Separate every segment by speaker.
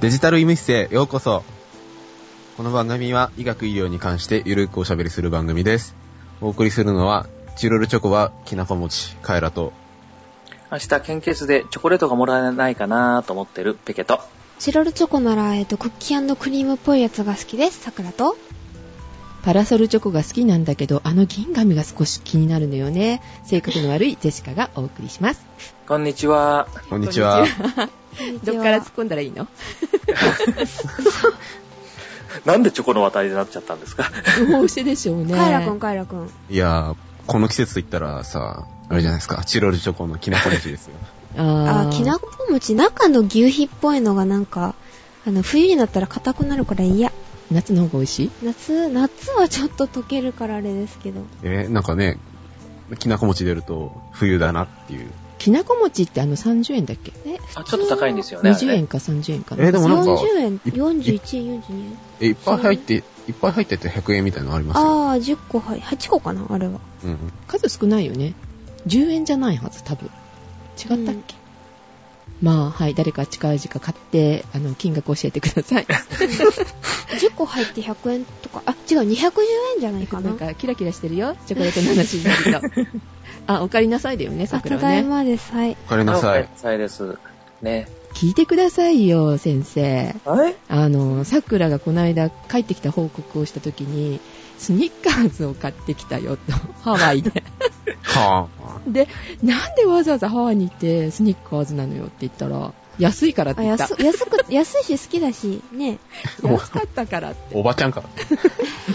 Speaker 1: デジタル医務室へようこそ。この番組は医学医療に関してゆるくおしゃべりする番組です。お送りするのは、チロルチョコはきなこ餅、カエラと、
Speaker 2: 明日献血でチョコレートがもらえないかなと思ってるペケと。
Speaker 3: チロルチョコなら、えっと、クッキークリームっぽいやつが好きです。さくらと。
Speaker 4: パラソルチョコが好きなんだけど、あの銀紙が少し気になるのよね。性格の悪いジェシカがお送りします。
Speaker 2: こんにちは。
Speaker 1: こんにちは。
Speaker 4: どっから突っ込んだらいいの
Speaker 2: なんでチョコの話題になっちゃったんですか
Speaker 4: どうしてでしょうね。
Speaker 3: カエラくん、カエラくん。
Speaker 1: いやー、この季節と言ったらさ、あれじゃないですか、チロルチョコのきなこ餅ですよ。
Speaker 4: あ
Speaker 3: あー、きなこ餅、中の牛皮っぽいのがなんか、あの、冬になったら硬くなるから嫌。
Speaker 4: 夏の方が美味しい
Speaker 3: 夏、夏はちょっと溶けるからあれですけど。
Speaker 1: えー、なんかね、きなこ餅出ると冬だなっていう。
Speaker 4: きなこ餅ってあの30円だっけ
Speaker 3: え、
Speaker 2: あちょっと高いんですよね。あれ
Speaker 4: 20円か30円かな。
Speaker 1: えーでもなんか
Speaker 3: 40円、
Speaker 1: い
Speaker 3: 41円、42円。
Speaker 1: え、いっぱい入って、いっぱい入ってて100円みたいなのありますよ。
Speaker 3: あー、10個はい、8個かな、あれ は。
Speaker 1: うん。
Speaker 4: 数少ないよね。10円じゃないはず、多分。違ったっけ、まあ、はい、誰か近い時間買って、あの、金額教えてください。
Speaker 3: 10個入って100円とか、あ、違う、210円じゃないか
Speaker 4: な。
Speaker 3: なん
Speaker 4: か、キラキラしてるよ。チョコレートの話になると。 あ、お帰りなさいだよね、
Speaker 3: あ、
Speaker 4: 桜
Speaker 3: た
Speaker 4: は
Speaker 3: だい
Speaker 4: ね。
Speaker 3: まです。はい。
Speaker 1: おかえりなさい。
Speaker 2: さいです。ね。
Speaker 4: 聞いてくださいよ、先生。
Speaker 2: はい
Speaker 4: あの、桜がこの間帰ってきた報告をした時に、スニッカーズを買ってきたよと、ハワイで。
Speaker 1: はぁ。
Speaker 4: で、なんでわざわざハワイに行ってスニッカーズなのよって言ったら、安いからって
Speaker 3: あ
Speaker 4: 言った。
Speaker 3: 安
Speaker 4: 安
Speaker 3: 安く、安いし好きだし、ね。
Speaker 4: かったからって。
Speaker 1: おばちゃんか。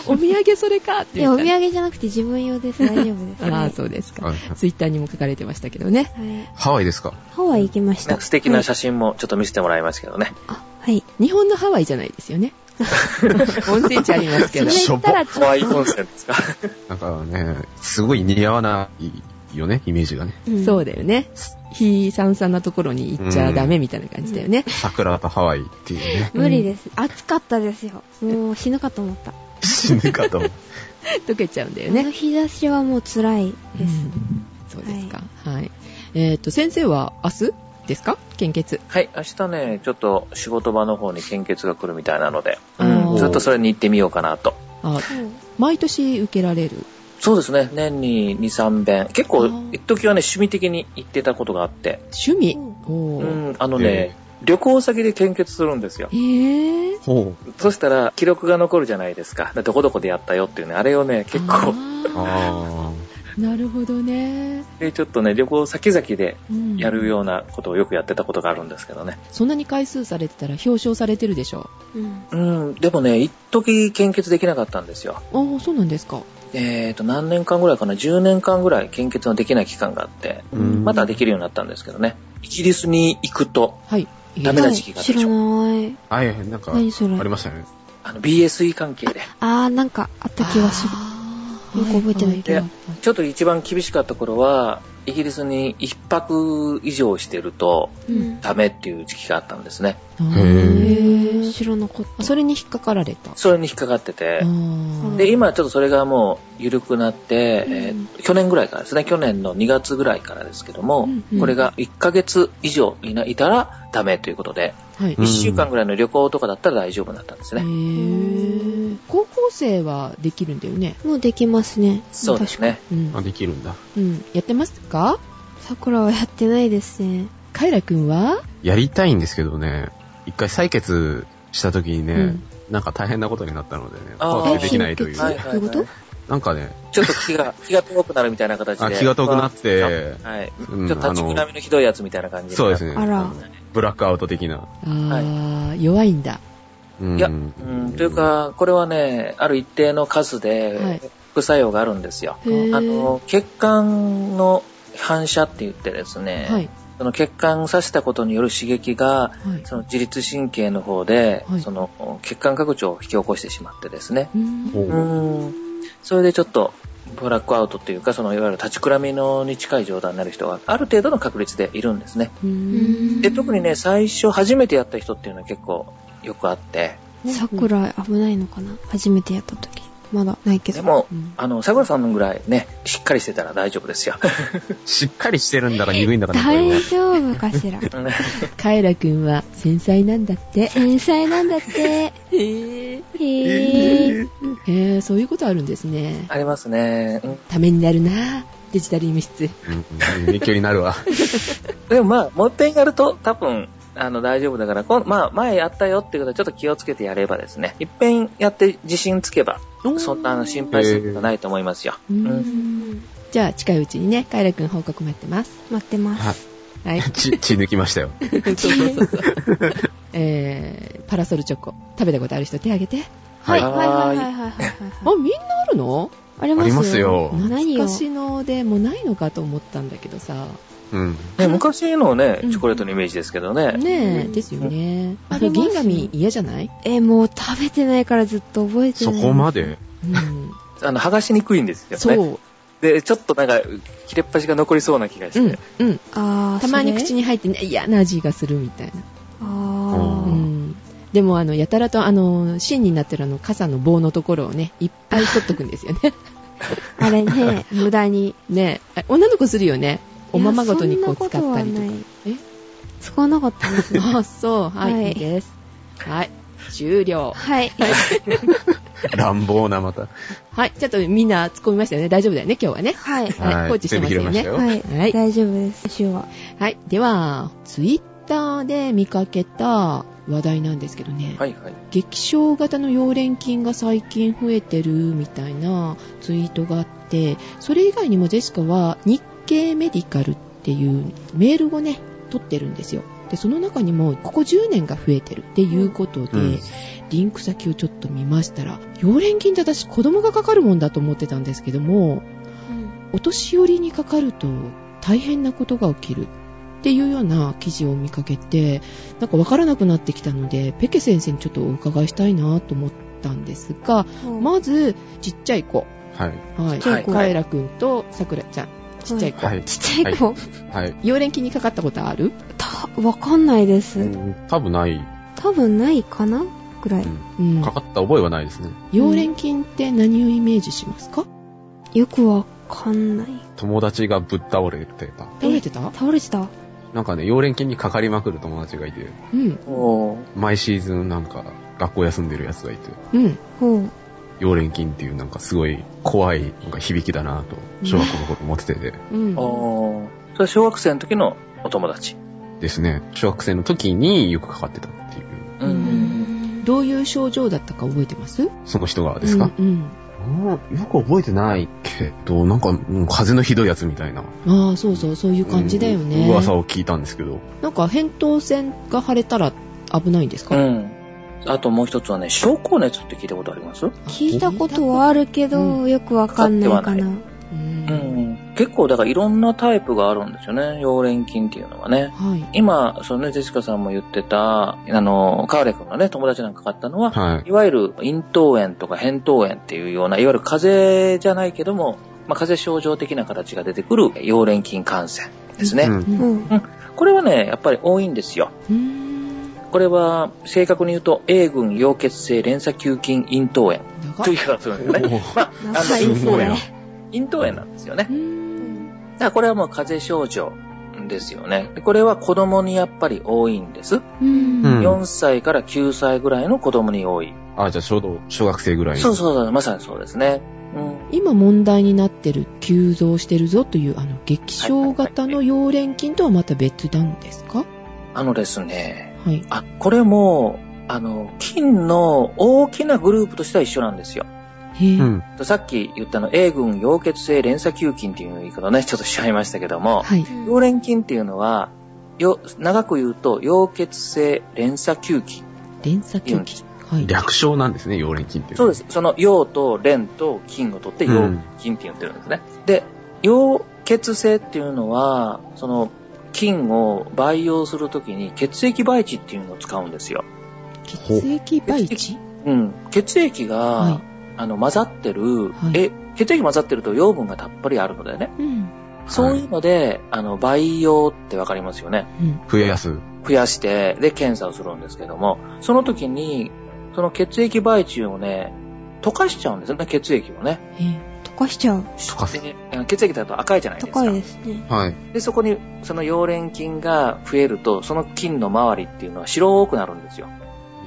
Speaker 4: お土産それかって
Speaker 3: い
Speaker 4: 言
Speaker 3: や、
Speaker 4: っ
Speaker 3: お
Speaker 4: た
Speaker 3: 土
Speaker 4: の。
Speaker 3: 産じゃなくて自分用です。大丈夫 です。
Speaker 4: あ
Speaker 3: は
Speaker 4: あ、
Speaker 3: い
Speaker 4: そうですか。
Speaker 1: はい
Speaker 4: ツイッターにも書かれてましたけどね。
Speaker 3: はい。
Speaker 1: ハワイですか
Speaker 3: ハワイ行きまし
Speaker 2: なん
Speaker 3: た。
Speaker 2: か素敵な写真もちょっと見せてもらいますけどね。
Speaker 3: はい。あ、はい。
Speaker 4: 日本のハワイじゃないですよね。温泉地ありますけ
Speaker 3: そ
Speaker 4: ど
Speaker 3: れ。
Speaker 1: しょ
Speaker 3: 言っ
Speaker 1: ぼ
Speaker 3: たらち
Speaker 2: ハ
Speaker 3: ょ
Speaker 2: ワ
Speaker 3: っ
Speaker 2: イ
Speaker 3: と、
Speaker 2: 温泉です か
Speaker 1: なんかね、すごい似合わないよね、イメージがね。
Speaker 3: うん
Speaker 4: そうだよね。非さんさんなところに行っちゃダメみたいな感じだよね。
Speaker 1: 桜とハワイっていう ね。
Speaker 3: 無理です。暑かったですよ。もう死ぬかと思った。
Speaker 1: 死ぬかと。
Speaker 4: 溶けちゃうんだよ
Speaker 3: ね、
Speaker 4: ね。
Speaker 3: 日差しはもう辛いです。
Speaker 4: そうですか。はい。えっ、と、先生は明日ですか献血。
Speaker 2: はい、明日ね、ちょっと仕事場の方に献血が来るみたいなので、
Speaker 4: う
Speaker 2: うんん、ずっとそれに行ってみようかなと。
Speaker 4: あ、毎年受けられる。
Speaker 2: そうですね、年に2、3遍。結
Speaker 4: あ
Speaker 2: 構
Speaker 4: ー、
Speaker 2: 一時はね、趣味的に行ってたことがあって、
Speaker 4: 趣味。
Speaker 3: うん
Speaker 4: お
Speaker 2: う
Speaker 4: ー
Speaker 2: ん、あのね、旅行先で献血するんですよ
Speaker 4: え。ー。
Speaker 1: ほう。
Speaker 2: そしたら、記録が残るじゃないですか。どこどこでやったよっていうね、あれをね、結構、
Speaker 4: あ
Speaker 1: あ
Speaker 4: ーなるほどね。
Speaker 2: でちょっとね、旅行先々で
Speaker 4: うん
Speaker 2: やるようなことをよくやってたことがあるんですけどね。
Speaker 4: そんなに回数されてたら表彰されてるでしょ。
Speaker 3: うん。
Speaker 2: うん、でもね、一時献血できなかったんですよ。
Speaker 4: ああ、そうなんですか。
Speaker 2: えっ、と、何年間ぐらいかな、10年間ぐらい献血のできない期間があって、
Speaker 1: ー。
Speaker 4: うん
Speaker 2: またできるようになったんですけどね。イギリスに行くと、
Speaker 4: はい。えー
Speaker 2: ダメな時期があった
Speaker 3: 知
Speaker 2: でしょ。
Speaker 3: らない。
Speaker 1: はい、なんか、
Speaker 3: 何それ
Speaker 1: ありましたね。
Speaker 2: あの、BSE 関係で。
Speaker 3: あー、なんかあった気がする。
Speaker 4: あー
Speaker 3: よく覚えてないけど
Speaker 4: ははは
Speaker 2: ちょっと一番厳しかった頃は、イギリスに一泊以上してると
Speaker 3: うん。
Speaker 2: ダメっていう時期があったんですね。
Speaker 4: い
Speaker 3: へ
Speaker 4: へ
Speaker 3: ー、
Speaker 4: ー
Speaker 3: 知らなかった。
Speaker 4: それに引っかかられた。
Speaker 2: それに引っかかってて
Speaker 4: あ、ー
Speaker 2: で、今ちょっとそれがもう緩くなって、えー去年ぐらいからですね、去年の2月ぐらいからですけども、
Speaker 4: うんうん
Speaker 2: これが1ヶ月以上いないたらダメということで、
Speaker 4: はい。
Speaker 1: うん
Speaker 2: 1週間ぐらいの旅行とかだったら大丈夫だったんですね。
Speaker 4: へー高校生はできるんだよね。
Speaker 3: もうできますね。
Speaker 2: そうですね。
Speaker 4: うん
Speaker 1: あ、。できるんだ。
Speaker 4: うん。やってますか
Speaker 3: 桜はやってないですね。
Speaker 4: カイラくんは
Speaker 1: やりたいんですけどね、一回採血した時にね、
Speaker 4: うん
Speaker 1: なんか大変なことになったのでね、
Speaker 2: あー
Speaker 1: 怖くてできないという。
Speaker 2: は
Speaker 3: え
Speaker 2: いはい
Speaker 3: どういうこと
Speaker 2: はい
Speaker 1: なんかね、
Speaker 2: ちょっと気が、 気が遠くなるみたいな形で。
Speaker 1: あ気が遠くなって
Speaker 2: はい。ち
Speaker 1: う
Speaker 2: ょ
Speaker 1: ん
Speaker 2: っと立ちくらみのひどいやつみたいな感じ
Speaker 1: そうですね。
Speaker 3: あら
Speaker 1: のブラックアウト的な。
Speaker 4: あー、弱いんだ。
Speaker 1: うん
Speaker 2: いや、うん、という、か、これはね、ある一定の数
Speaker 4: はい
Speaker 2: で副作用があるんですよ。
Speaker 3: へー
Speaker 2: あの、血管の反射って言ってですね、
Speaker 4: はい。
Speaker 2: その血管を刺したことによる刺激が、
Speaker 4: はい。
Speaker 2: その自律神経の方で、
Speaker 4: はい
Speaker 2: その血管拡張を引き起こしてしまってですね。
Speaker 4: うーん
Speaker 1: ほ
Speaker 2: う
Speaker 1: う
Speaker 2: ーん。それでちょっと、ブラックアウトっていうか、そのいわゆる立ちくらみのに近い状態になる人がある程度の確率でいるんですね。
Speaker 4: うーん
Speaker 2: で、特にね、最初初めてやった人っていうのは結構よくあって、
Speaker 3: 桜危ないのかな初めてやった時。まだないけど。
Speaker 2: でも
Speaker 4: うん、
Speaker 2: あの、桜さんぐらいね、しっかりしてたら大丈夫 ですよ。
Speaker 1: しっかりしてるんだか鈍いんだかなこれは
Speaker 3: 大丈夫かしら。
Speaker 4: カエラくんは繊細なんだって。
Speaker 3: 繊細なんだって。
Speaker 4: へぇ
Speaker 3: へぇー。
Speaker 4: へー、そういうことあるんですね。
Speaker 2: ありますね。うん
Speaker 4: ためになるなぁデジタル医務室。
Speaker 1: うんうん勉強になるわ。
Speaker 2: でもまあ、もう一遍やると多分、あの、大丈夫だから、こんまあ、前やったよっていうことはちょっと気をつけてやればですね、一遍やって自信つけば、そんなあの心配することないと思いますよ。
Speaker 4: う
Speaker 2: うんん。
Speaker 4: じゃあ、近いうちにね、カエラくん報告待ってます。
Speaker 3: 待ってます。
Speaker 1: は
Speaker 4: はい。 そ
Speaker 1: 血、血抜きましたよ。
Speaker 4: うそうそうそう。えー、パラソルチョコ。食べたことある人手挙げて。
Speaker 1: はい
Speaker 3: はいはいはいはいはい
Speaker 4: あ、
Speaker 3: はい。
Speaker 4: みんなあるの
Speaker 3: あり
Speaker 1: ありますよ
Speaker 3: 何よ。
Speaker 4: 昔のでもうないのかと思ったんだけどさ。
Speaker 1: うん。
Speaker 2: ね、昔のね
Speaker 4: う、ん
Speaker 2: チョコレートのイメージですけどね。
Speaker 4: ね
Speaker 3: う
Speaker 4: え、
Speaker 3: ん
Speaker 4: ですよね。
Speaker 3: うん
Speaker 4: あれ、
Speaker 3: あります
Speaker 4: 銀紙嫌じゃない
Speaker 3: え、もう食べてないからずっと覚えて
Speaker 1: そ
Speaker 3: ない。
Speaker 1: こま で
Speaker 4: うん。
Speaker 2: あの、剥がしにくいんですよね。
Speaker 4: そう。
Speaker 2: で、ちょっとなんか、切れっ端が残りそうな気がして。
Speaker 4: うん、うん。
Speaker 3: あー
Speaker 4: たまに
Speaker 3: それ
Speaker 4: 口に入ってね、嫌な味がするみたい
Speaker 3: あ
Speaker 4: な。
Speaker 1: う
Speaker 4: う
Speaker 1: ー
Speaker 3: ー
Speaker 4: ん。でも、あの、やたらと、あの、芯になってるあの、傘の棒のところをね、いっぱい取っとくんですよ ね。
Speaker 3: あれね、無駄に。
Speaker 4: ねえ、あ女の子するよね。おままごとにこう
Speaker 3: い
Speaker 4: 使
Speaker 3: や
Speaker 4: っ
Speaker 3: そんなこ
Speaker 4: たりと
Speaker 3: と
Speaker 4: か
Speaker 3: は。ない
Speaker 4: え
Speaker 3: 使わなかったですね。
Speaker 4: あ、そう。はい、
Speaker 3: はい
Speaker 4: いいです。はい。終了。
Speaker 3: はい。
Speaker 1: 乱暴な、また。
Speaker 4: はい。ちょっとみんな突っ込みましたよね。大丈夫だよね、今日はね。
Speaker 3: はい。
Speaker 4: はい
Speaker 1: はい
Speaker 4: 放置してますよね
Speaker 1: 全部拾いましたよ。
Speaker 3: はい。
Speaker 4: はい。
Speaker 3: 大丈夫です。週は。
Speaker 4: はい。では、ツイッターで見かけた話題なんですけどね。
Speaker 2: はいはい。
Speaker 4: 激症型の溶連菌が最近増えてるみたいなツイートがあって、それ以外にもジェシカは日経メディカルっていうメールをね、取ってるんですよ。で、その中にもここ10年が増えてるっていうことで、
Speaker 1: うん
Speaker 4: リンク先をちょっと見ましたら、溶連菌って私子供がかかるもんだと思ってたんですけども、お年寄りにかかると大変なことが起きるっていうような記事を見かけてなんかわからなくなってきたのでペケ先生にちょっとお伺いしたいなと思ったんですが
Speaker 3: ま
Speaker 4: まずちっちゃい子、
Speaker 1: はい。
Speaker 4: は
Speaker 2: ち
Speaker 4: い、
Speaker 2: っちゃい子
Speaker 4: カエラくんとさくらちゃんちっちゃい子、
Speaker 1: はい。
Speaker 3: ちっちゃい子、
Speaker 1: はい。
Speaker 4: 溶連菌にかかったことある
Speaker 3: た、わかんないで
Speaker 1: う
Speaker 3: す。
Speaker 1: ん多分ない。
Speaker 3: 多分ないかなぐらい。
Speaker 4: うん
Speaker 1: かかった覚えはないですね。
Speaker 4: 溶連菌って何をイメージしますか
Speaker 3: よくわかんない。
Speaker 1: 友達がぶっ倒れてた。
Speaker 4: 倒れてた
Speaker 3: 倒れてた
Speaker 1: なんかね、溶連菌にかかりまくる友達がいて、
Speaker 4: うん
Speaker 2: おー
Speaker 1: 毎シーズンなんか学校休んでるやつがいて、
Speaker 4: うん
Speaker 3: ほう。
Speaker 1: 溶連菌っていうなんかすごい怖いなんか響きだなと、小学校の頃思ってて
Speaker 4: うん
Speaker 2: おーそれは小学生の時のお友達。
Speaker 1: ですね、小学生の時によくかかってたっていう、
Speaker 2: う。
Speaker 4: う
Speaker 3: うんん
Speaker 4: どういう症状だったか覚えてます
Speaker 1: その人がですか、
Speaker 4: うん、うん
Speaker 1: うんよく覚えてないけど、なんか、うん風邪のひどいやつみたいな。
Speaker 4: ああそうそうそういう感じだよね、
Speaker 1: うん噂を聞いたんですけど。
Speaker 4: なんか扁桃腺が腫れたら危ないんです
Speaker 2: う
Speaker 4: か、
Speaker 2: ん。あともう一つはね、症候熱って聞いたことありますう
Speaker 3: 聞いたことはあるけ
Speaker 4: う
Speaker 3: ど、よくわかんないか
Speaker 2: かって
Speaker 3: な
Speaker 2: は。
Speaker 4: うん、
Speaker 2: ん。結構だからいろんなタイプがあるんですよね、溶連菌っていうのはね。
Speaker 4: はい。
Speaker 2: 今、そのね、ジェシカさんも言ってた、あの、カーレ君のね、友達なんかかかったのは、
Speaker 1: はい。
Speaker 2: いわゆる咽頭炎とか扁桃炎っていうような、いわゆる風邪じゃないけども、まあ、風邪症状的な形が出てくる溶連菌感染ですね。
Speaker 1: うん
Speaker 3: う
Speaker 4: うん
Speaker 3: ん。
Speaker 2: これはね、やっぱり多いんですよ。
Speaker 4: うん。
Speaker 2: これは、正確に言うと、A 群溶血性連鎖球菌咽頭炎
Speaker 4: 長
Speaker 2: という言
Speaker 4: い。
Speaker 2: い方をするんです ね。
Speaker 1: お
Speaker 2: まあ、あ
Speaker 3: 長
Speaker 2: の、
Speaker 3: い
Speaker 1: すごいな。
Speaker 2: 咽頭炎なんですよね
Speaker 4: う。
Speaker 3: うん
Speaker 4: ん。
Speaker 2: だからこれはもう風邪症状ですよね。でこれは子供にやっぱり多いんです。
Speaker 4: うん
Speaker 1: うん
Speaker 2: 4歳から9歳ぐらいの子供に多い。
Speaker 1: あ、じゃあちょうど小学生ぐらい。
Speaker 2: そうそうそう、まさにそうですね。うん。
Speaker 4: 今問題になってる、急増してるぞという、あの、激症型の溶連菌とはまた別なんですか
Speaker 2: あのですね、
Speaker 4: はい。
Speaker 2: あ、これも、あの、菌の大きなグループとしては一緒なんですよ。
Speaker 4: へぇ、
Speaker 1: うん。
Speaker 2: とさっき言ったあの A 群溶血性連鎖球菌っていう言い方をね、ちょっとしちゃいましたけども、
Speaker 4: はい。
Speaker 2: 溶連菌っていうのは、よ、長く言うと、溶血性連鎖球菌。
Speaker 4: 連鎖球菌。はい。
Speaker 1: 略称なんですね、溶連菌って。
Speaker 2: そうで。す。その、溶と連と菌を取って、溶菌って言ってるんですね。で、溶血性っていうのは、その、菌を培養するときに血液培地っていうのを使うんですよ。
Speaker 4: 血液培地
Speaker 2: うん。血液が、
Speaker 4: は
Speaker 2: あの、混ざってる、
Speaker 4: はい
Speaker 2: え、血液混ざってると養分がたっぷりあるのでね。
Speaker 4: い。うん。
Speaker 2: そういうので、あの、培養ってわかりますよね。
Speaker 4: うん。
Speaker 1: 増やす。
Speaker 2: 増やして、で、検査をするんですけども、その時に、その血液培地をね、溶かしちゃうんですよね、血液をね。
Speaker 4: ええ
Speaker 3: 溶かしちゃう。
Speaker 1: 溶かす。
Speaker 2: であの血液だと赤いじゃないですか。
Speaker 3: 高いですね。
Speaker 1: はい。
Speaker 2: で、そこに、その溶連菌が増えると、その菌の周りっていうのは白多くなるんですよ。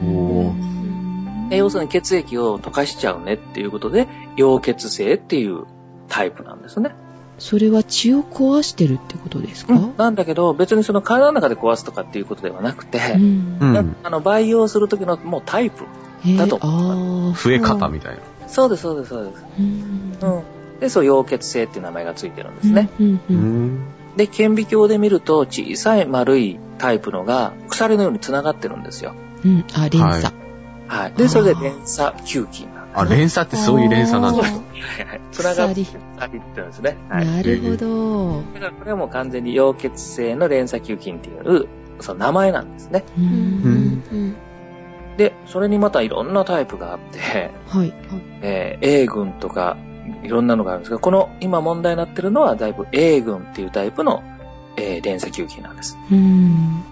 Speaker 1: おー。
Speaker 2: で要するに血液を溶かしちゃうねっていうことで、溶血性っていうタイプなんですね。
Speaker 4: それは血を壊してるってことですか、
Speaker 2: うん、なんだけど、別にその体の中で壊すとかっていうことではなくて、
Speaker 4: ん
Speaker 1: うん
Speaker 2: なあの培養する時のもうタイプ。
Speaker 4: ええ
Speaker 2: だと
Speaker 4: ああ、
Speaker 1: 増え方みたいな。
Speaker 2: そうです、そうです、そうです。
Speaker 4: うん
Speaker 2: うん。で、そう、溶血性っていう名前がついてるんですね。。
Speaker 4: うんう
Speaker 1: うん
Speaker 4: うん
Speaker 1: ん。
Speaker 2: で、顕微鏡で見ると、小さい丸いタイプのが、鎖のように繋がってるんですよ。
Speaker 4: うん、あ、連鎖。
Speaker 1: は
Speaker 2: はい。
Speaker 4: あ
Speaker 2: で、
Speaker 4: ー
Speaker 2: それで連鎖球菌なんで
Speaker 1: あ、連鎖ってそういう連鎖なんだ。
Speaker 2: す。 はい。繋がっ
Speaker 4: 鎖。
Speaker 2: 鎖って言うんですね。はい。
Speaker 4: なるほど。
Speaker 2: だからこれはもう完全に溶血性の連鎖球菌っていう、その名前なんですね。
Speaker 4: う
Speaker 3: うん
Speaker 4: ん
Speaker 3: うん
Speaker 2: で、それにまたいろんなタイプがあって、
Speaker 4: はい。
Speaker 2: えー A 群とか、いろんなのがあるんですけど、この今問題になってるのは、だいぶ A 群っていうタイプの、えー連鎖球菌なんです。
Speaker 4: うん。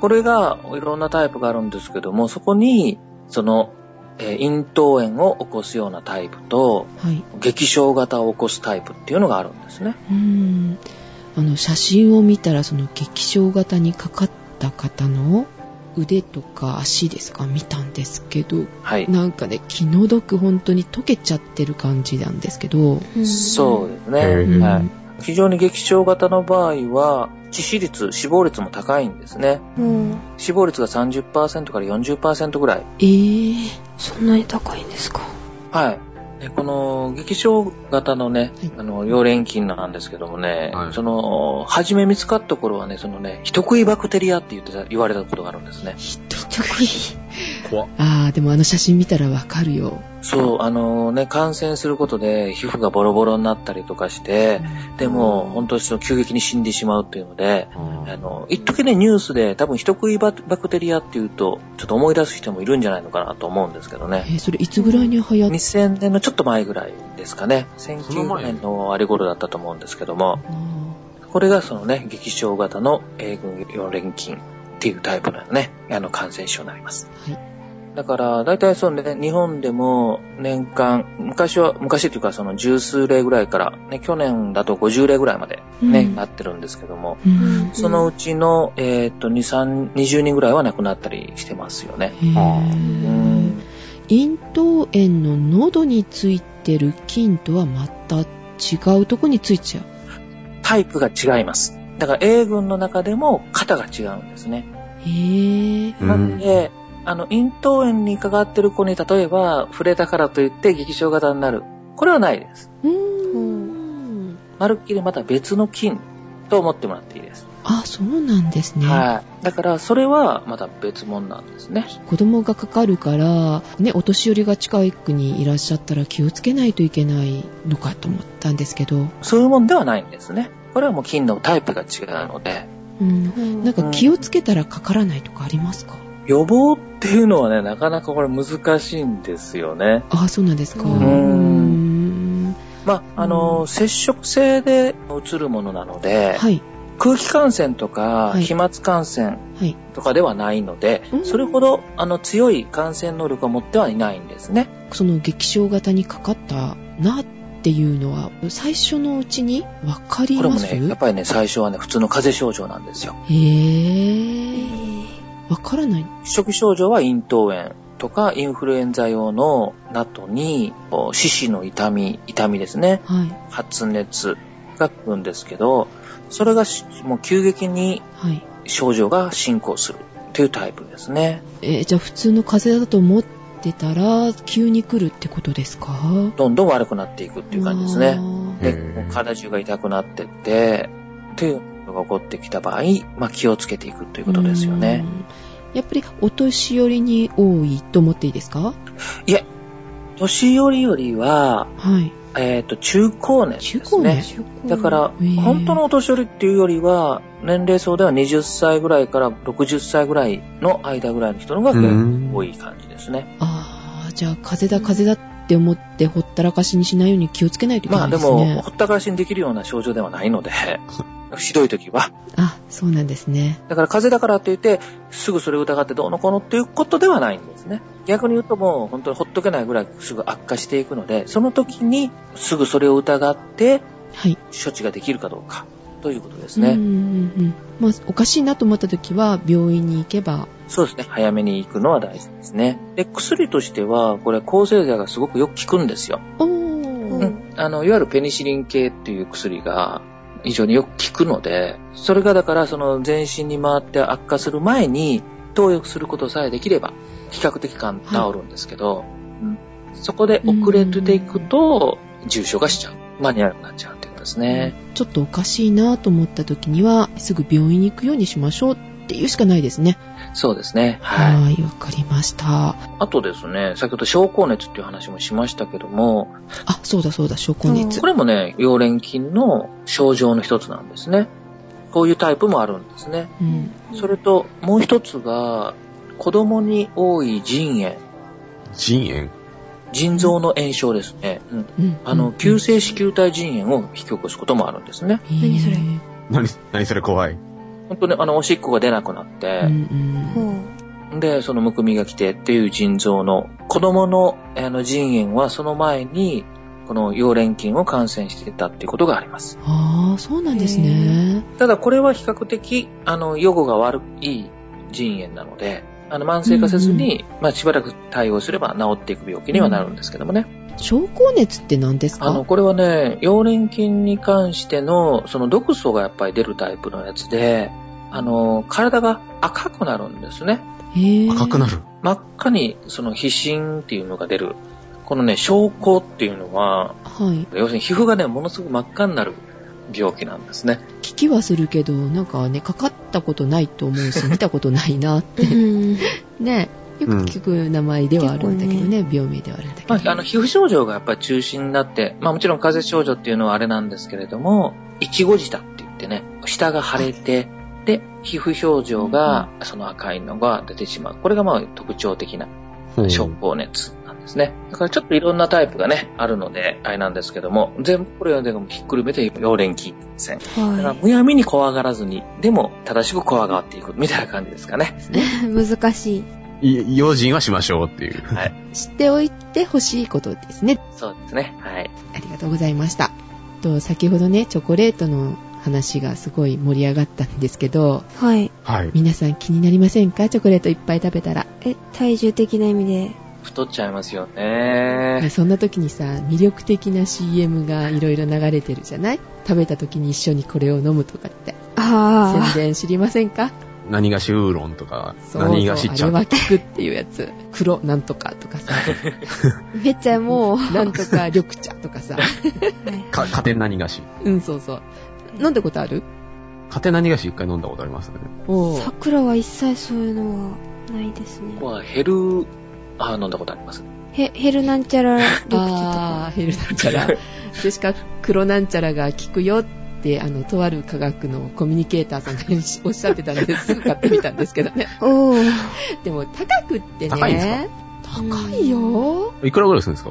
Speaker 2: これがいろんなタイプがあるんですけども、そこに、その、えー咽頭炎を起こすようなタイプと、
Speaker 4: はい。
Speaker 2: 激症型を起こすタイプっていうのがあるんですね。
Speaker 4: うん。あの、写真を見たら、その劇症型にかかった方の腕とか足ですか見たんですけど、
Speaker 2: はい。
Speaker 4: なんかね、気の毒本当に溶けちゃってる感じなんですけど、
Speaker 3: うん。
Speaker 2: そうですね。
Speaker 1: へー
Speaker 2: はい非常に激症型の場合は、致死率、死亡率も高いんですね。
Speaker 3: もう、
Speaker 2: 死亡率が30%から40%ぐらい。
Speaker 4: えー、
Speaker 3: そんなに高いんですか。
Speaker 2: はい。でこの激症型のね
Speaker 4: はい、
Speaker 2: あの、溶連菌なんですけどもね、
Speaker 1: はい
Speaker 2: その、初め見つかった頃はね、そのね、人食いバクテリアって言ってた、言われたことがあるんですね。
Speaker 4: ひどい。
Speaker 3: 直い。
Speaker 1: 怖っ。
Speaker 4: ああ、でもあの写真見たらわかるよ。
Speaker 2: そう、あのね、感染することで皮膚がボロボロになったりとかして、でも、本当にその急激に死んでしまうっていうので、あの、一時ね、ニュースで多分人食いババクテリアっていうと、ちょっと思い出す人もいるんじゃないのかなと思うんですけど
Speaker 4: え
Speaker 2: ね。
Speaker 4: ー、それいつぐらいに流行った
Speaker 2: 2000年のちょっと前ぐらいですかね。
Speaker 1: その
Speaker 2: 1900
Speaker 1: 前
Speaker 2: 年の終わり頃だったと思うんですけども、
Speaker 4: の
Speaker 2: これがそのね、激症型の英軍4連菌っていうタイプのね、あの感染症になります。
Speaker 4: はい。
Speaker 2: だから、大体そうね、日本でも年間、昔は、昔っていうかその十数例ぐらいから、ね、去年だと50例ぐらいまでね、
Speaker 4: うん
Speaker 2: なってるんですけども、
Speaker 4: うん
Speaker 2: そのうちの、えーっと、2、3、20人ぐらいは亡くなったりしてますよね。
Speaker 4: へー
Speaker 1: あ
Speaker 2: うん
Speaker 4: 咽頭炎の喉についてる菌とはまた違うとこについちゃう。
Speaker 2: タイプが違います。だから A 群の中でも型が違うんですね。
Speaker 4: へぇ
Speaker 1: う
Speaker 2: なんので、あの、咽頭炎にかかってる子に例えば触れたからといって激症型になる。これはないです。
Speaker 4: うーん。
Speaker 2: まるっきりまた別の菌と思ってもらっていいです。
Speaker 4: あ、そうなんですね。
Speaker 2: はい。だからそれはまた別物なんですね。
Speaker 4: 子供がかかるから、ね、お年寄りが近くにいらっしゃったら気をつけないといけないのかと思ったんですけど、
Speaker 2: そういうもんではないんですね。これはもう菌のタイプが違うので、
Speaker 4: うん、
Speaker 3: な
Speaker 4: なんか気をつけたらかからないとかありますか
Speaker 2: 予防っていうのはね、なかなかこれ難しいんですよね。
Speaker 4: あ、そうなんですか。
Speaker 3: うん
Speaker 4: うん
Speaker 2: まあ、あの、
Speaker 4: うん
Speaker 2: 接触性で移るものなので、
Speaker 4: はい。
Speaker 2: 空気感染とか、
Speaker 4: はい
Speaker 2: 飛沫感染
Speaker 4: はい。
Speaker 2: とかではないので、
Speaker 4: うん
Speaker 2: それほどあの強い感染能力を持ってはいないんですね。
Speaker 4: その劇症型にかかったなっていうのは最初のうちにわかり
Speaker 2: これ
Speaker 4: ま
Speaker 2: も
Speaker 4: す
Speaker 2: ね、やっぱりね、最初はね、普通の風邪症状なんですよ。
Speaker 4: へ
Speaker 3: え
Speaker 4: ぇー。
Speaker 3: ー
Speaker 4: わからない。
Speaker 2: 初期症状は咽頭炎とか、インフルエンザ用のなどに、こう四肢の痛み、痛みですね、
Speaker 4: はい。
Speaker 2: 発熱が来るんですけど、それがしもう急激に
Speaker 4: はい。
Speaker 2: 症状が進行するというタイプですね。
Speaker 4: えーじゃあ普通の風邪だと思ってたら、急に来るってことですかっ
Speaker 2: どんどん悪くなっていくっていう感じですね。
Speaker 1: へ
Speaker 2: で、
Speaker 1: ー
Speaker 2: もう体中が痛くなってって、というのが起こってきた場合、まあ気をつけていくということですよね。。
Speaker 4: やっぱりお年寄りに多いと思っていいですか
Speaker 2: 年寄りよりは、
Speaker 4: はい。
Speaker 2: えっ、と、中高年
Speaker 4: 中
Speaker 2: です
Speaker 4: 高年
Speaker 2: ね。だから、本当のお年寄りっていうよりは、年齢層では20歳ぐらいから60歳ぐらいの間ぐらいの人の方が多い感じですね。
Speaker 4: ああ、じゃあ風邪だ風邪だって思ってほったらかしにしないように気をつけないといけ
Speaker 2: ま
Speaker 4: な
Speaker 2: あ
Speaker 4: い
Speaker 2: で
Speaker 4: ですね。
Speaker 2: も、ほったらかしにできるような症状ではないので、ひどい時は。
Speaker 4: あ、そうなんですね。
Speaker 2: だから風邪だからって言って、すぐそれを疑ってどうのこうのっていうことではないんですね。逆に言うともう本当にほっとけないぐらいすぐ悪化していくので、その時にすぐそれを疑って
Speaker 4: はい。
Speaker 2: 処置ができるかどうかということです
Speaker 4: うん
Speaker 2: ね。
Speaker 4: うんうん。まあ、おかしいなと思った時は、病院に行けば、
Speaker 2: そうですね。早めに行くのは大事ですね。で、薬としては、これ抗生剤がすごくよく効くんですよ。
Speaker 4: お
Speaker 3: う
Speaker 4: ー。
Speaker 3: ん
Speaker 2: あの、いわゆるペニシリン系っていう薬が非常によく効くので、それがだからその全身に回って悪化する前に投与することさえできれば、比較的簡単治るんですけど、うんそこで遅れていくと、重症化しちゃう。間に合わなくなっちゃうってことですね。
Speaker 4: ちょっとおかしいなと思った時には、すぐ病院に行くようにしましょうっていうしかないですね。
Speaker 2: そうですね。はい。
Speaker 4: はい、わかりました。
Speaker 2: あとですね、先ほど症候熱っていう話もしましたけども、
Speaker 4: あ、そうだそうだ、証拠熱
Speaker 2: こ。れもね、溶連菌の症状の一つなんですね。こういうタイプもあるんですね。
Speaker 4: うん。
Speaker 2: それと、もう一つが、子供に多い腎炎、
Speaker 1: 腎炎
Speaker 2: 腎臓の炎症ですね。うん、
Speaker 4: うん。
Speaker 2: あの、急性子宮体腎炎を引き起こすこともあるんですね。
Speaker 4: うん、
Speaker 3: 何それ
Speaker 4: へー
Speaker 1: 何、何それ怖い。
Speaker 2: 本当に、あの、おしっこが出なくなっ
Speaker 4: う
Speaker 2: て、
Speaker 4: んうん
Speaker 3: ほう。
Speaker 2: で、そのむくみが来てっていう腎臓の、子供のあの腎炎はその前に、この溶連菌を感染してたっていうことがあります。
Speaker 4: ああ、そうなんですね。
Speaker 2: ただこれは比較的、あの、予後が悪い腎炎なので、あの、慢性化せずに、まあ、しばらく対応すれば治っていく病気にはなるんですけどもね。
Speaker 4: 症候熱って何です
Speaker 2: あの、
Speaker 4: か
Speaker 2: これはね、溶連菌に関しての、その毒素がやっぱり出るタイプのやつで、あの、体が赤くなるんですね。
Speaker 1: 赤くな
Speaker 4: る。
Speaker 1: る。
Speaker 2: 真っ赤に、その、皮疹っていうのが出る。このね、症候っていうのは、
Speaker 4: はい。
Speaker 2: 要するに皮膚がね、ものすごく真っ赤になる病気なんですね。
Speaker 4: 聞きはするけど、なんかね、かかったことないと思うし、見たことないなっ
Speaker 3: う
Speaker 4: て。
Speaker 3: ん。
Speaker 4: ね。よく聞く名前ではあるんだけどね、病名ではあるんだけど
Speaker 2: ま。あ、あの、皮膚症状がやっぱり中心になって、まあもちろん風邪症状っていうのはあれなんですけれども、いちご舌って言ってね、舌が腫れて、で、皮膚表情が、その赤いのが出てしまう。これがまあ特徴的な
Speaker 1: ほう
Speaker 2: 症候熱なんですね。だからちょっといろんなタイプがね、あるので、あれなんですけども、全部これを全部ひっくるめて、溶連菌線。だから
Speaker 3: は
Speaker 2: むやみに怖がらずに、でも正しく怖がっていくみたいな感じですかね。
Speaker 3: い。 難しい。
Speaker 1: い用心はしましょうっていう。
Speaker 2: はい。
Speaker 4: 知っておいてほしいことですね。
Speaker 2: そうですね。はい。
Speaker 4: ありがとうございました。と先ほどね、チョコレートの話がすごい盛り上がったんですけど、
Speaker 3: はい。
Speaker 1: はい。
Speaker 4: 皆さん気になりませんかチョコレートいっぱい食べたら。
Speaker 3: え、体重的な意味で。
Speaker 2: 太っちゃいますよね。
Speaker 4: そんな時にさ、魅力的な CM がいろいろ流れてるじゃない食べた時に一緒にこれを飲むとかって。宣
Speaker 3: あ
Speaker 4: 伝知りませんか
Speaker 1: 何がしウーロンとか、
Speaker 4: そう
Speaker 1: 何がしっち
Speaker 4: あ
Speaker 1: ゃ
Speaker 4: れ
Speaker 1: ん
Speaker 4: は効くっていうやつ。黒なんとかとかさ、
Speaker 3: あ、めっちゃ もう。
Speaker 4: なんとか緑茶とかさ。
Speaker 1: か、家庭何がし。
Speaker 4: うん、そうそう。飲んだことある
Speaker 1: 家庭何がし一回飲んだことありますね。
Speaker 4: おー
Speaker 3: 桜は一切そういうのはないですね
Speaker 2: こ。こはヘル、あ、飲んだことあります。
Speaker 3: へ、ヘルなんちゃら緑茶と
Speaker 4: あ
Speaker 3: か。
Speaker 4: ーヘルなんちゃら。 でしか黒なんちゃらが効くよって、あの、とある科学のコミュニケーターさんがおっしゃってたので、すぐ買ってみたんですけどね。
Speaker 3: おー。
Speaker 4: でも、高くってね。
Speaker 1: 高いんで
Speaker 4: 高いよ。
Speaker 1: いくらぐらいするんですか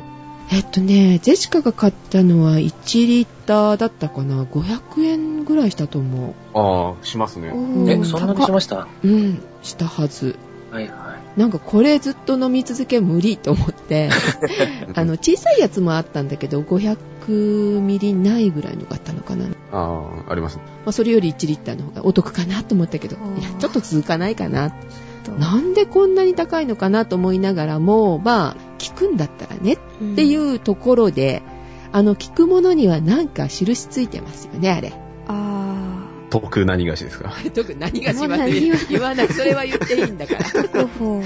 Speaker 4: えっとね、ジェシカが買ったのは1リッターだったかな。500円ぐらいしたと思
Speaker 1: ああ、しますね。
Speaker 3: おー
Speaker 2: え、そんなにしましたは
Speaker 4: う。うん、したはず。
Speaker 2: いはい。
Speaker 4: なんかこれずっと飲み続け無理と思って、あの、小さいやつもあったんだけど、500ミリないぐらいのがあったのかな。
Speaker 1: ああ、あります。
Speaker 4: まあ、それより1リッターの方がお得かなと思ったけど、い
Speaker 3: うん
Speaker 4: や、ちょっと続かないかな。
Speaker 3: と
Speaker 4: なんでこんなに高いのかなと思いながらも、まあ、効くんだったらねっ
Speaker 3: って
Speaker 4: いうところで、あの、効くものにはなんか印ついてますよね、あれ。
Speaker 3: あ
Speaker 1: 特何がしですか。
Speaker 4: 特に何
Speaker 3: が
Speaker 4: が
Speaker 3: し
Speaker 4: し
Speaker 3: ま
Speaker 4: ま
Speaker 3: っ
Speaker 4: ってて
Speaker 3: 言う
Speaker 4: 言わない。それは言っていいんだから。
Speaker 3: あ。特報。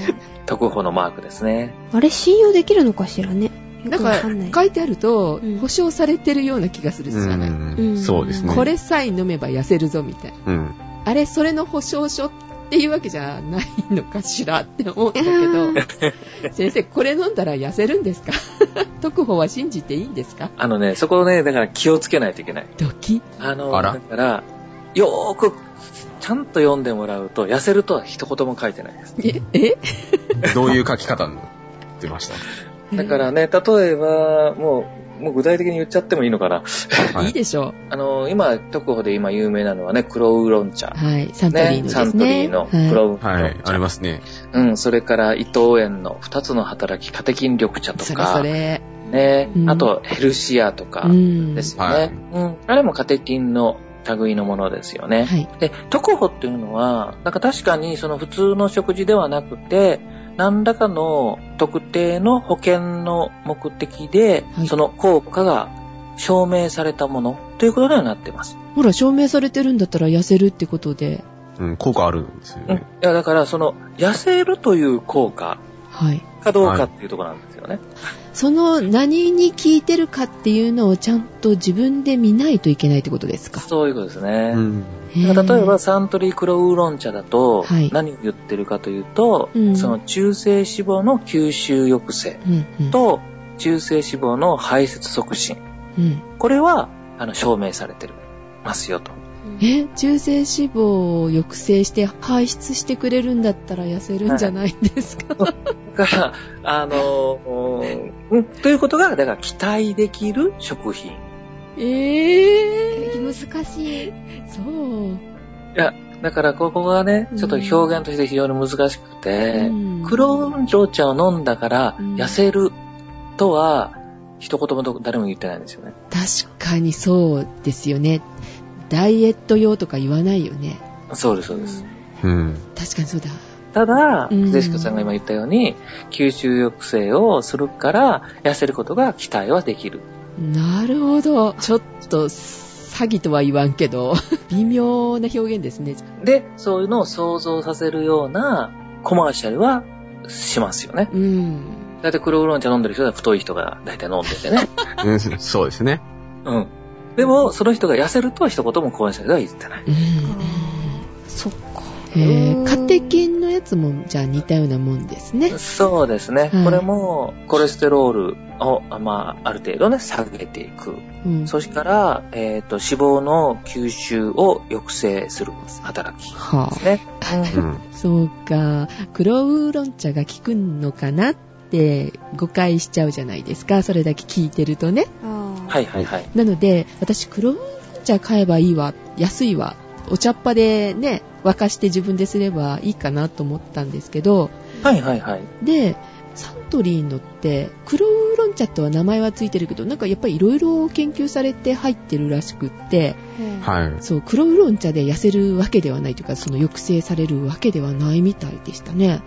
Speaker 2: 特報のマークですね。
Speaker 3: あれ信用できるのかしらね。よ
Speaker 4: だ
Speaker 3: くわかんない。
Speaker 4: から、書いてあると
Speaker 3: うん、
Speaker 4: 保証されてるような気がするじゃない。
Speaker 1: うん。そうですね。
Speaker 4: これさえ飲めば痩せるぞ、みたいな。
Speaker 1: うん。
Speaker 4: あれ、それの保証書っていうわけじゃないのかしらって思うんだけど、 先生、これ飲んだら痩せるんですか 特保は信じていいんですか
Speaker 2: あのね、そこをね、だから気をつけないといけない。
Speaker 4: ドキッ
Speaker 2: あの、
Speaker 1: あら
Speaker 2: だから、よーく、ちゃんと読んでもらうと、痩せるとは一言も書いてないです。
Speaker 4: え、え
Speaker 1: どういう書き方になってました
Speaker 2: だからね、例えば、もう、もう具体的に言っちゃってもいいのかな。
Speaker 1: はい
Speaker 4: いでしょう。
Speaker 2: あの、今、特保で今有名なのはね、クロウロン茶。
Speaker 4: はい。サントリーの
Speaker 2: ね、
Speaker 4: で
Speaker 2: サン
Speaker 4: す
Speaker 2: トリ
Speaker 4: ね。
Speaker 2: ーの
Speaker 4: はい
Speaker 2: クロウロン茶。
Speaker 1: はい、ありますね。
Speaker 2: うん、それから伊藤園の二つの働き、カテキン緑茶と
Speaker 4: それ
Speaker 2: か、
Speaker 4: それ。
Speaker 2: ね、
Speaker 4: うん
Speaker 2: あとヘルシアとか
Speaker 4: うん。
Speaker 2: です
Speaker 4: よ
Speaker 2: よね。
Speaker 1: はい
Speaker 2: うん、あれもカテキンの類のものですよね。
Speaker 4: はい。
Speaker 2: で、トコホっていうのは、なんか確かにその普通の食事ではなくて、何らかの特定の保険の目的で、
Speaker 4: はい
Speaker 2: その効果が証明されたものということにはなってます。
Speaker 4: ほら、証明されてるんだったら痩せるってことで。
Speaker 1: うん、効果あるんですよ
Speaker 2: うん。い
Speaker 1: ね。
Speaker 2: や、だからその、痩せるという効果
Speaker 4: はい。
Speaker 2: かどうかっていうところなんですよね。
Speaker 4: その何に効いてるかっていうのをちゃんと自分で見ないといけないってことですか。
Speaker 2: そういうことですね。
Speaker 1: うん。
Speaker 4: へー
Speaker 2: 例えば、サントリークロウーロン茶だと
Speaker 4: はい
Speaker 2: 何を言ってるかというと、
Speaker 4: うん
Speaker 2: その中性脂肪の吸収抑制
Speaker 4: うんうん、
Speaker 2: と中性脂肪の排泄促進
Speaker 4: うん
Speaker 2: これはあの証明されてるますよと。
Speaker 4: え、中性脂肪を抑制して排出してくれるんだったら痩せるんじゃないですか。
Speaker 2: だから、 あのーうん、ということが、だから期待できる食品。
Speaker 4: ええ
Speaker 3: 難しい。
Speaker 4: そう。
Speaker 2: だからここがね、ちょっと表現として非常に難しくて、黒
Speaker 4: う
Speaker 2: ウーロン茶を飲んだから
Speaker 4: うん
Speaker 2: 痩せるとは一言も誰も言ってないんですよね。
Speaker 4: ん確かにそうですよね。ダイエット用とか言わないよね。
Speaker 2: そうです、そうです。
Speaker 1: うん。
Speaker 4: 確かにそうだ。
Speaker 2: ただ、
Speaker 4: う
Speaker 2: ジ
Speaker 4: ん
Speaker 2: ェシカさんが今言ったように、吸収抑制をするから、痩せることが期待はできる。
Speaker 4: なるほど。ちょっと詐欺とは言わんけど、微妙な表現ですね。
Speaker 2: で、そういうのを想像させるようなコマーシャルはしますよね。
Speaker 4: うん。
Speaker 2: だって黒ウーロン茶飲んでる人は太い人が大体飲んでて ね。
Speaker 1: うんそうですね。
Speaker 2: うん。でも、その人が痩せるとは一言もコマーシャルでは言ってない。
Speaker 4: うん
Speaker 3: そっか。
Speaker 4: えー
Speaker 3: うん。
Speaker 4: カテキンのやつもじゃあ似たようなもんですね。
Speaker 2: そうですね。
Speaker 4: はい
Speaker 2: これも、コレステロールを、まあ、ある程度ね、下げていく。
Speaker 4: うん
Speaker 2: そしから、えっ、と、脂肪の吸収を抑制する働き。
Speaker 4: はあ
Speaker 2: ね。
Speaker 1: うん。
Speaker 4: そうか、黒ウーロン茶が効くのかなって誤解しちゃうじゃないですか、それだけ聞いてるとね。
Speaker 2: はいいはいはい。
Speaker 4: なので、私、黒ウーロン茶買えばいいわ、安いわ、お茶っ葉でね、沸かして自分ですればいいかなと思ったんですけど、
Speaker 2: はいはいはい。
Speaker 4: で、サントリーのって、黒ウーロン茶とは名前はついてるけど、なんかやっぱりいろいろ研究されて入ってるらしくって、
Speaker 1: はい。
Speaker 4: そう、黒ウーロン茶で痩せるわけではないというか、その抑制されるわけではないみたいでしたね。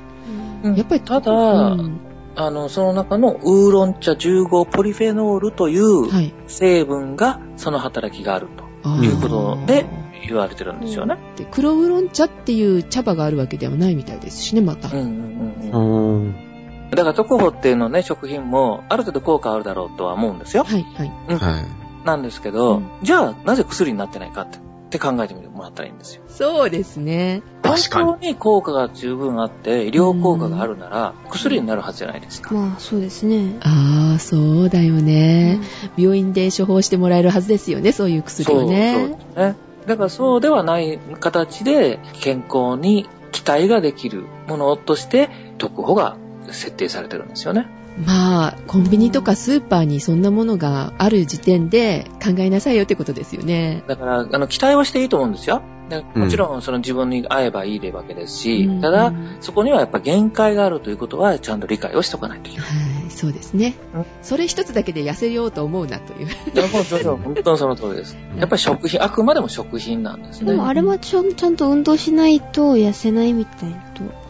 Speaker 3: うん
Speaker 4: やっぱり、
Speaker 2: ただ、
Speaker 4: うん
Speaker 2: あの、その中のウーロン茶15ポリフェノールという
Speaker 4: はい。
Speaker 2: 成分がその働きがあると
Speaker 4: あー
Speaker 2: いうことで言われてるんですよね。
Speaker 4: で黒ウーロン茶っていう茶葉があるわけではないみたいですしねまた、
Speaker 2: うんうんうんうん
Speaker 1: おー
Speaker 2: だから、特保っていうのね、食品もある程度効果あるだろうとは思うんですよ。
Speaker 4: はいはい
Speaker 1: はい。
Speaker 2: なんですけど、
Speaker 4: うん
Speaker 2: じゃあ、なぜ薬になってないかってって考えてみてもらったらいいんですよ。
Speaker 4: そうですね
Speaker 1: 確かに
Speaker 2: 本当に効果が十分あって、医療効果があるなら、薬になるはずじゃないですか。
Speaker 3: まあ、そうですね。
Speaker 4: ああそうだよね、病院で処方してもらえるはずですよねそういう薬をね
Speaker 2: そうそうね。だからそうではない形で健康に期待ができるものとして特保が設定されてるんですよね。
Speaker 4: まあコンビニとかスーパーにそんなものがある時点で考えなさいよってことですよね
Speaker 2: だから、あの、期待はしていいと思うんですよ。でもちろん、その自分に合えばいいわけですし、
Speaker 4: うん
Speaker 2: た
Speaker 4: う
Speaker 2: だ、
Speaker 4: ん
Speaker 2: そこにはやっぱ限界があるということはちゃんと理解をしておかないといけない。
Speaker 4: はいそうですね
Speaker 2: うん
Speaker 4: それ一つだけで痩せようと思うなという
Speaker 2: 本当に本当にその通りです。やっぱり食品、あくまでも食品なんです
Speaker 3: で
Speaker 2: ね
Speaker 3: も、。あれはちゃんちゃんと運動しないと痩せないみたいな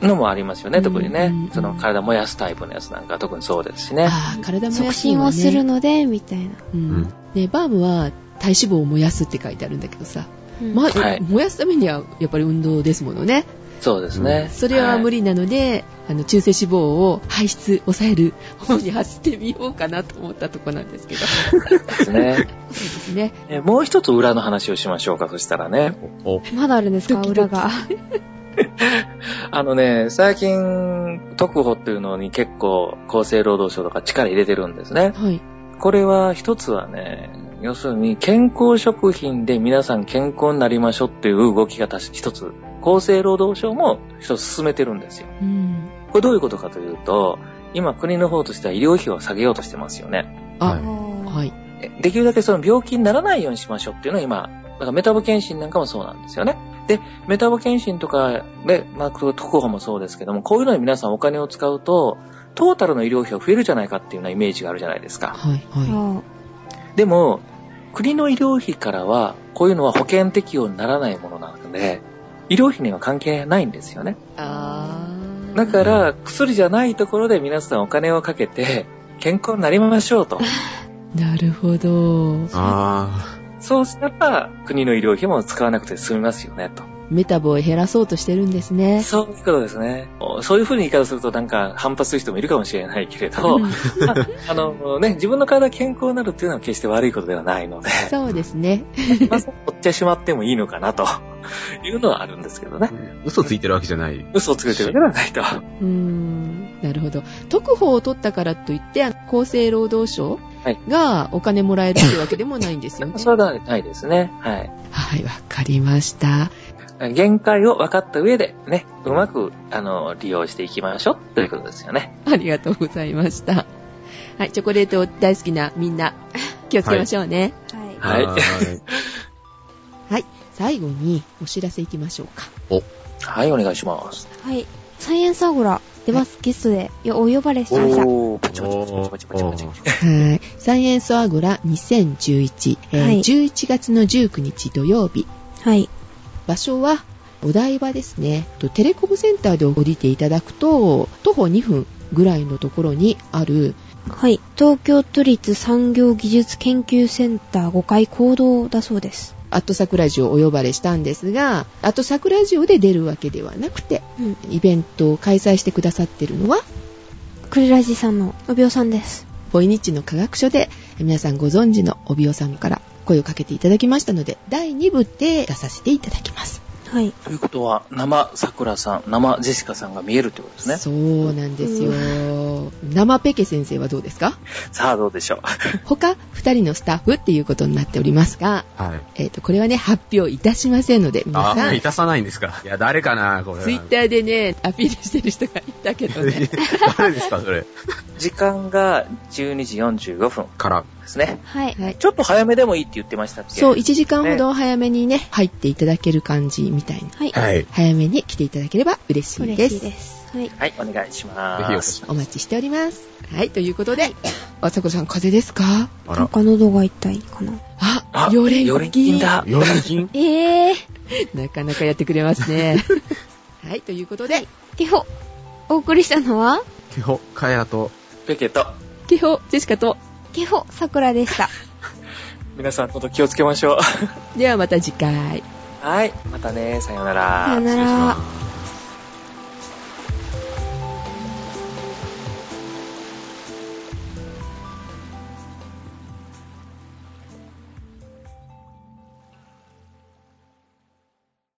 Speaker 3: と。
Speaker 2: のもありますよね、特にね
Speaker 4: うん。
Speaker 2: その体燃やすタイプのやつなんか特にそうですしね。
Speaker 4: ああ体も
Speaker 3: 促
Speaker 4: やしい
Speaker 3: 進
Speaker 4: わ
Speaker 3: を
Speaker 4: ね
Speaker 3: するので、みたいな。
Speaker 4: うんでバームは体脂肪を燃やすって書いてあるんだけどさ、
Speaker 3: うん
Speaker 4: ま
Speaker 2: はい
Speaker 4: 燃やすためにはやっぱり運動ですものね
Speaker 2: そうですね。
Speaker 4: それは無
Speaker 2: 理。
Speaker 4: 理なので、あの中性脂肪を排出抑える方に走ってみようかなと思ったとこなんです けど
Speaker 2: ですね。
Speaker 4: ですね
Speaker 2: えもう一つ裏の話をしましょうか、そしたらね。
Speaker 1: お、お
Speaker 3: まだあるんですか、
Speaker 4: ドキ
Speaker 3: 裏
Speaker 4: ドキ
Speaker 3: が。
Speaker 2: あのね、最近、特保っていうのに結構厚生労働省とか力入れてるんですね。
Speaker 4: はい
Speaker 2: これは一つはね、要するに健康食品で皆さん健康になりましょうっていう動きが確か一つ、厚生労働省も一つ進めてるんですよ。
Speaker 4: うん
Speaker 2: これどういうことかというと、今国の方としては医療費を下げようとしてますよね。
Speaker 4: あ、
Speaker 1: はい
Speaker 4: はい。
Speaker 2: できるだけその病気にならないようにしましょうっていうのは今、だからメタボ検診なんかもそうなんですよね。で、メタボ検診とかで、まあ、特報もそうですけども、こういうのに皆さんお金を使うと、トータルの医療費が増えるじゃないかっていうようなイメージがあるじゃないですか。
Speaker 4: はい。は
Speaker 3: あ
Speaker 2: でも、国の医療費からは、こういうのは保険適用にならないものなので、医療費には関係ないんですよね。
Speaker 4: い。あー
Speaker 2: だから、薬じゃないところで皆さんお金をかけて、健康になりましょうと。
Speaker 4: なるほど。
Speaker 1: あ
Speaker 2: そうしたら、国の医療費も使わなくて済みますよね、と。
Speaker 4: メタボを減らそうとしてるんですね。
Speaker 2: そういうことですね。そういうふうに言い方するとなんか反発する人もいるかもしれないけれど、
Speaker 4: うん
Speaker 2: まあ あのね、自分の体が健康になるっていうのは決して悪いことではないので、
Speaker 4: そうですね。
Speaker 2: まあ、追ってしまってもいいのかなというのはあるんですけどね
Speaker 1: あ。。嘘ついてるわけじゃない。
Speaker 2: 嘘をつけてるわけではないと。
Speaker 4: うーん。なるほど。特報を取ったからといって、あの厚生労働省
Speaker 2: はい。
Speaker 4: がお金もらえるってわけでもないんですよね
Speaker 2: それはないですね。はい。
Speaker 4: はい、わかりました。
Speaker 2: 限界を分かった上で、ね、うまく、あの、利用していきましょうということですよね。
Speaker 4: ありがとうございました。はい、チョコレート大好きなみんな、 気をつけましょうね。
Speaker 3: は
Speaker 2: は
Speaker 3: い。
Speaker 2: い
Speaker 1: はーい
Speaker 4: はい、最後にお知らせいきましょうか。
Speaker 2: はい、お願いします。
Speaker 3: はい。サイエンスアゴラではゲストでよお呼ばれしました。
Speaker 2: おー、パチパチパチパチパチパチパチ
Speaker 1: おー
Speaker 4: はい。サイエンスアゴラ2011、えー
Speaker 3: はい
Speaker 4: 11月の19日土曜日、
Speaker 3: はい。
Speaker 4: 場所はお台場ですね。とテレコムセンターで降りていただくと、徒歩2分ぐらいのところにある、
Speaker 3: はい。東京都立産業技術研究センター5階行動だそうです。
Speaker 4: アットサクラジオをお呼ばれしたんですが、アットサクラジオで出るわけではなくて、
Speaker 3: うん。
Speaker 4: イベントを開催してくださってるのは、
Speaker 3: クレラジさんのおびょうさんです。
Speaker 4: ボイニッチの科学書で皆さんご存知の帯尾さんから声をかけていただきましたので第2部で出させていただきます、
Speaker 3: はい。
Speaker 2: ということは、生桜さん、生ジェシカさんが見えるということですね。
Speaker 4: そうなんですよ生ペケ先生はどうですか
Speaker 2: さあ、どうでしょう。
Speaker 4: 他2人のスタッフっていうことになっておりますが、
Speaker 1: はい。
Speaker 4: えー、とこれはね発表いたしませんので皆
Speaker 1: あ
Speaker 4: さ
Speaker 1: ー、
Speaker 4: ん
Speaker 1: いたさないんですか。いや、誰かな、これは。
Speaker 4: ツイッターでねアピールしてる人がいたけどね
Speaker 1: 誰ですか、それ。
Speaker 2: 時間が12時45分
Speaker 1: から。
Speaker 2: ですね。
Speaker 3: はい。
Speaker 4: はい
Speaker 2: ちょっと早めでもいいって言ってましたっけ
Speaker 4: そう1時間ほど早めにね入っていただける感じみたいな
Speaker 3: はい。
Speaker 1: はい。
Speaker 4: 早めに来ていただければ嬉しいで
Speaker 3: 嬉しい
Speaker 4: す
Speaker 3: です。はい。
Speaker 2: はい、お願いし
Speaker 1: ぜひお
Speaker 2: ま
Speaker 1: 越
Speaker 2: す
Speaker 1: し。
Speaker 4: お待ちしております。はい、ということで、あさこさん風邪ですか
Speaker 1: あ
Speaker 3: なん
Speaker 1: ら。
Speaker 3: か喉が痛いかな。
Speaker 4: あ、よれん
Speaker 2: よれん菌だ。
Speaker 1: 四人
Speaker 3: えぇー。
Speaker 4: なかなかやってくれますね。 はい、ということで、
Speaker 3: てほ。お送りしたのは、
Speaker 1: 基本、かやと。
Speaker 2: ペケと、
Speaker 4: ケホ、ジェシカと、
Speaker 3: てほ、さくらでした。
Speaker 2: 皆さん、本当 気をつけましょう。
Speaker 4: ではまた次回。
Speaker 2: はい、またね、さようなら。
Speaker 3: さよなら。
Speaker 1: あー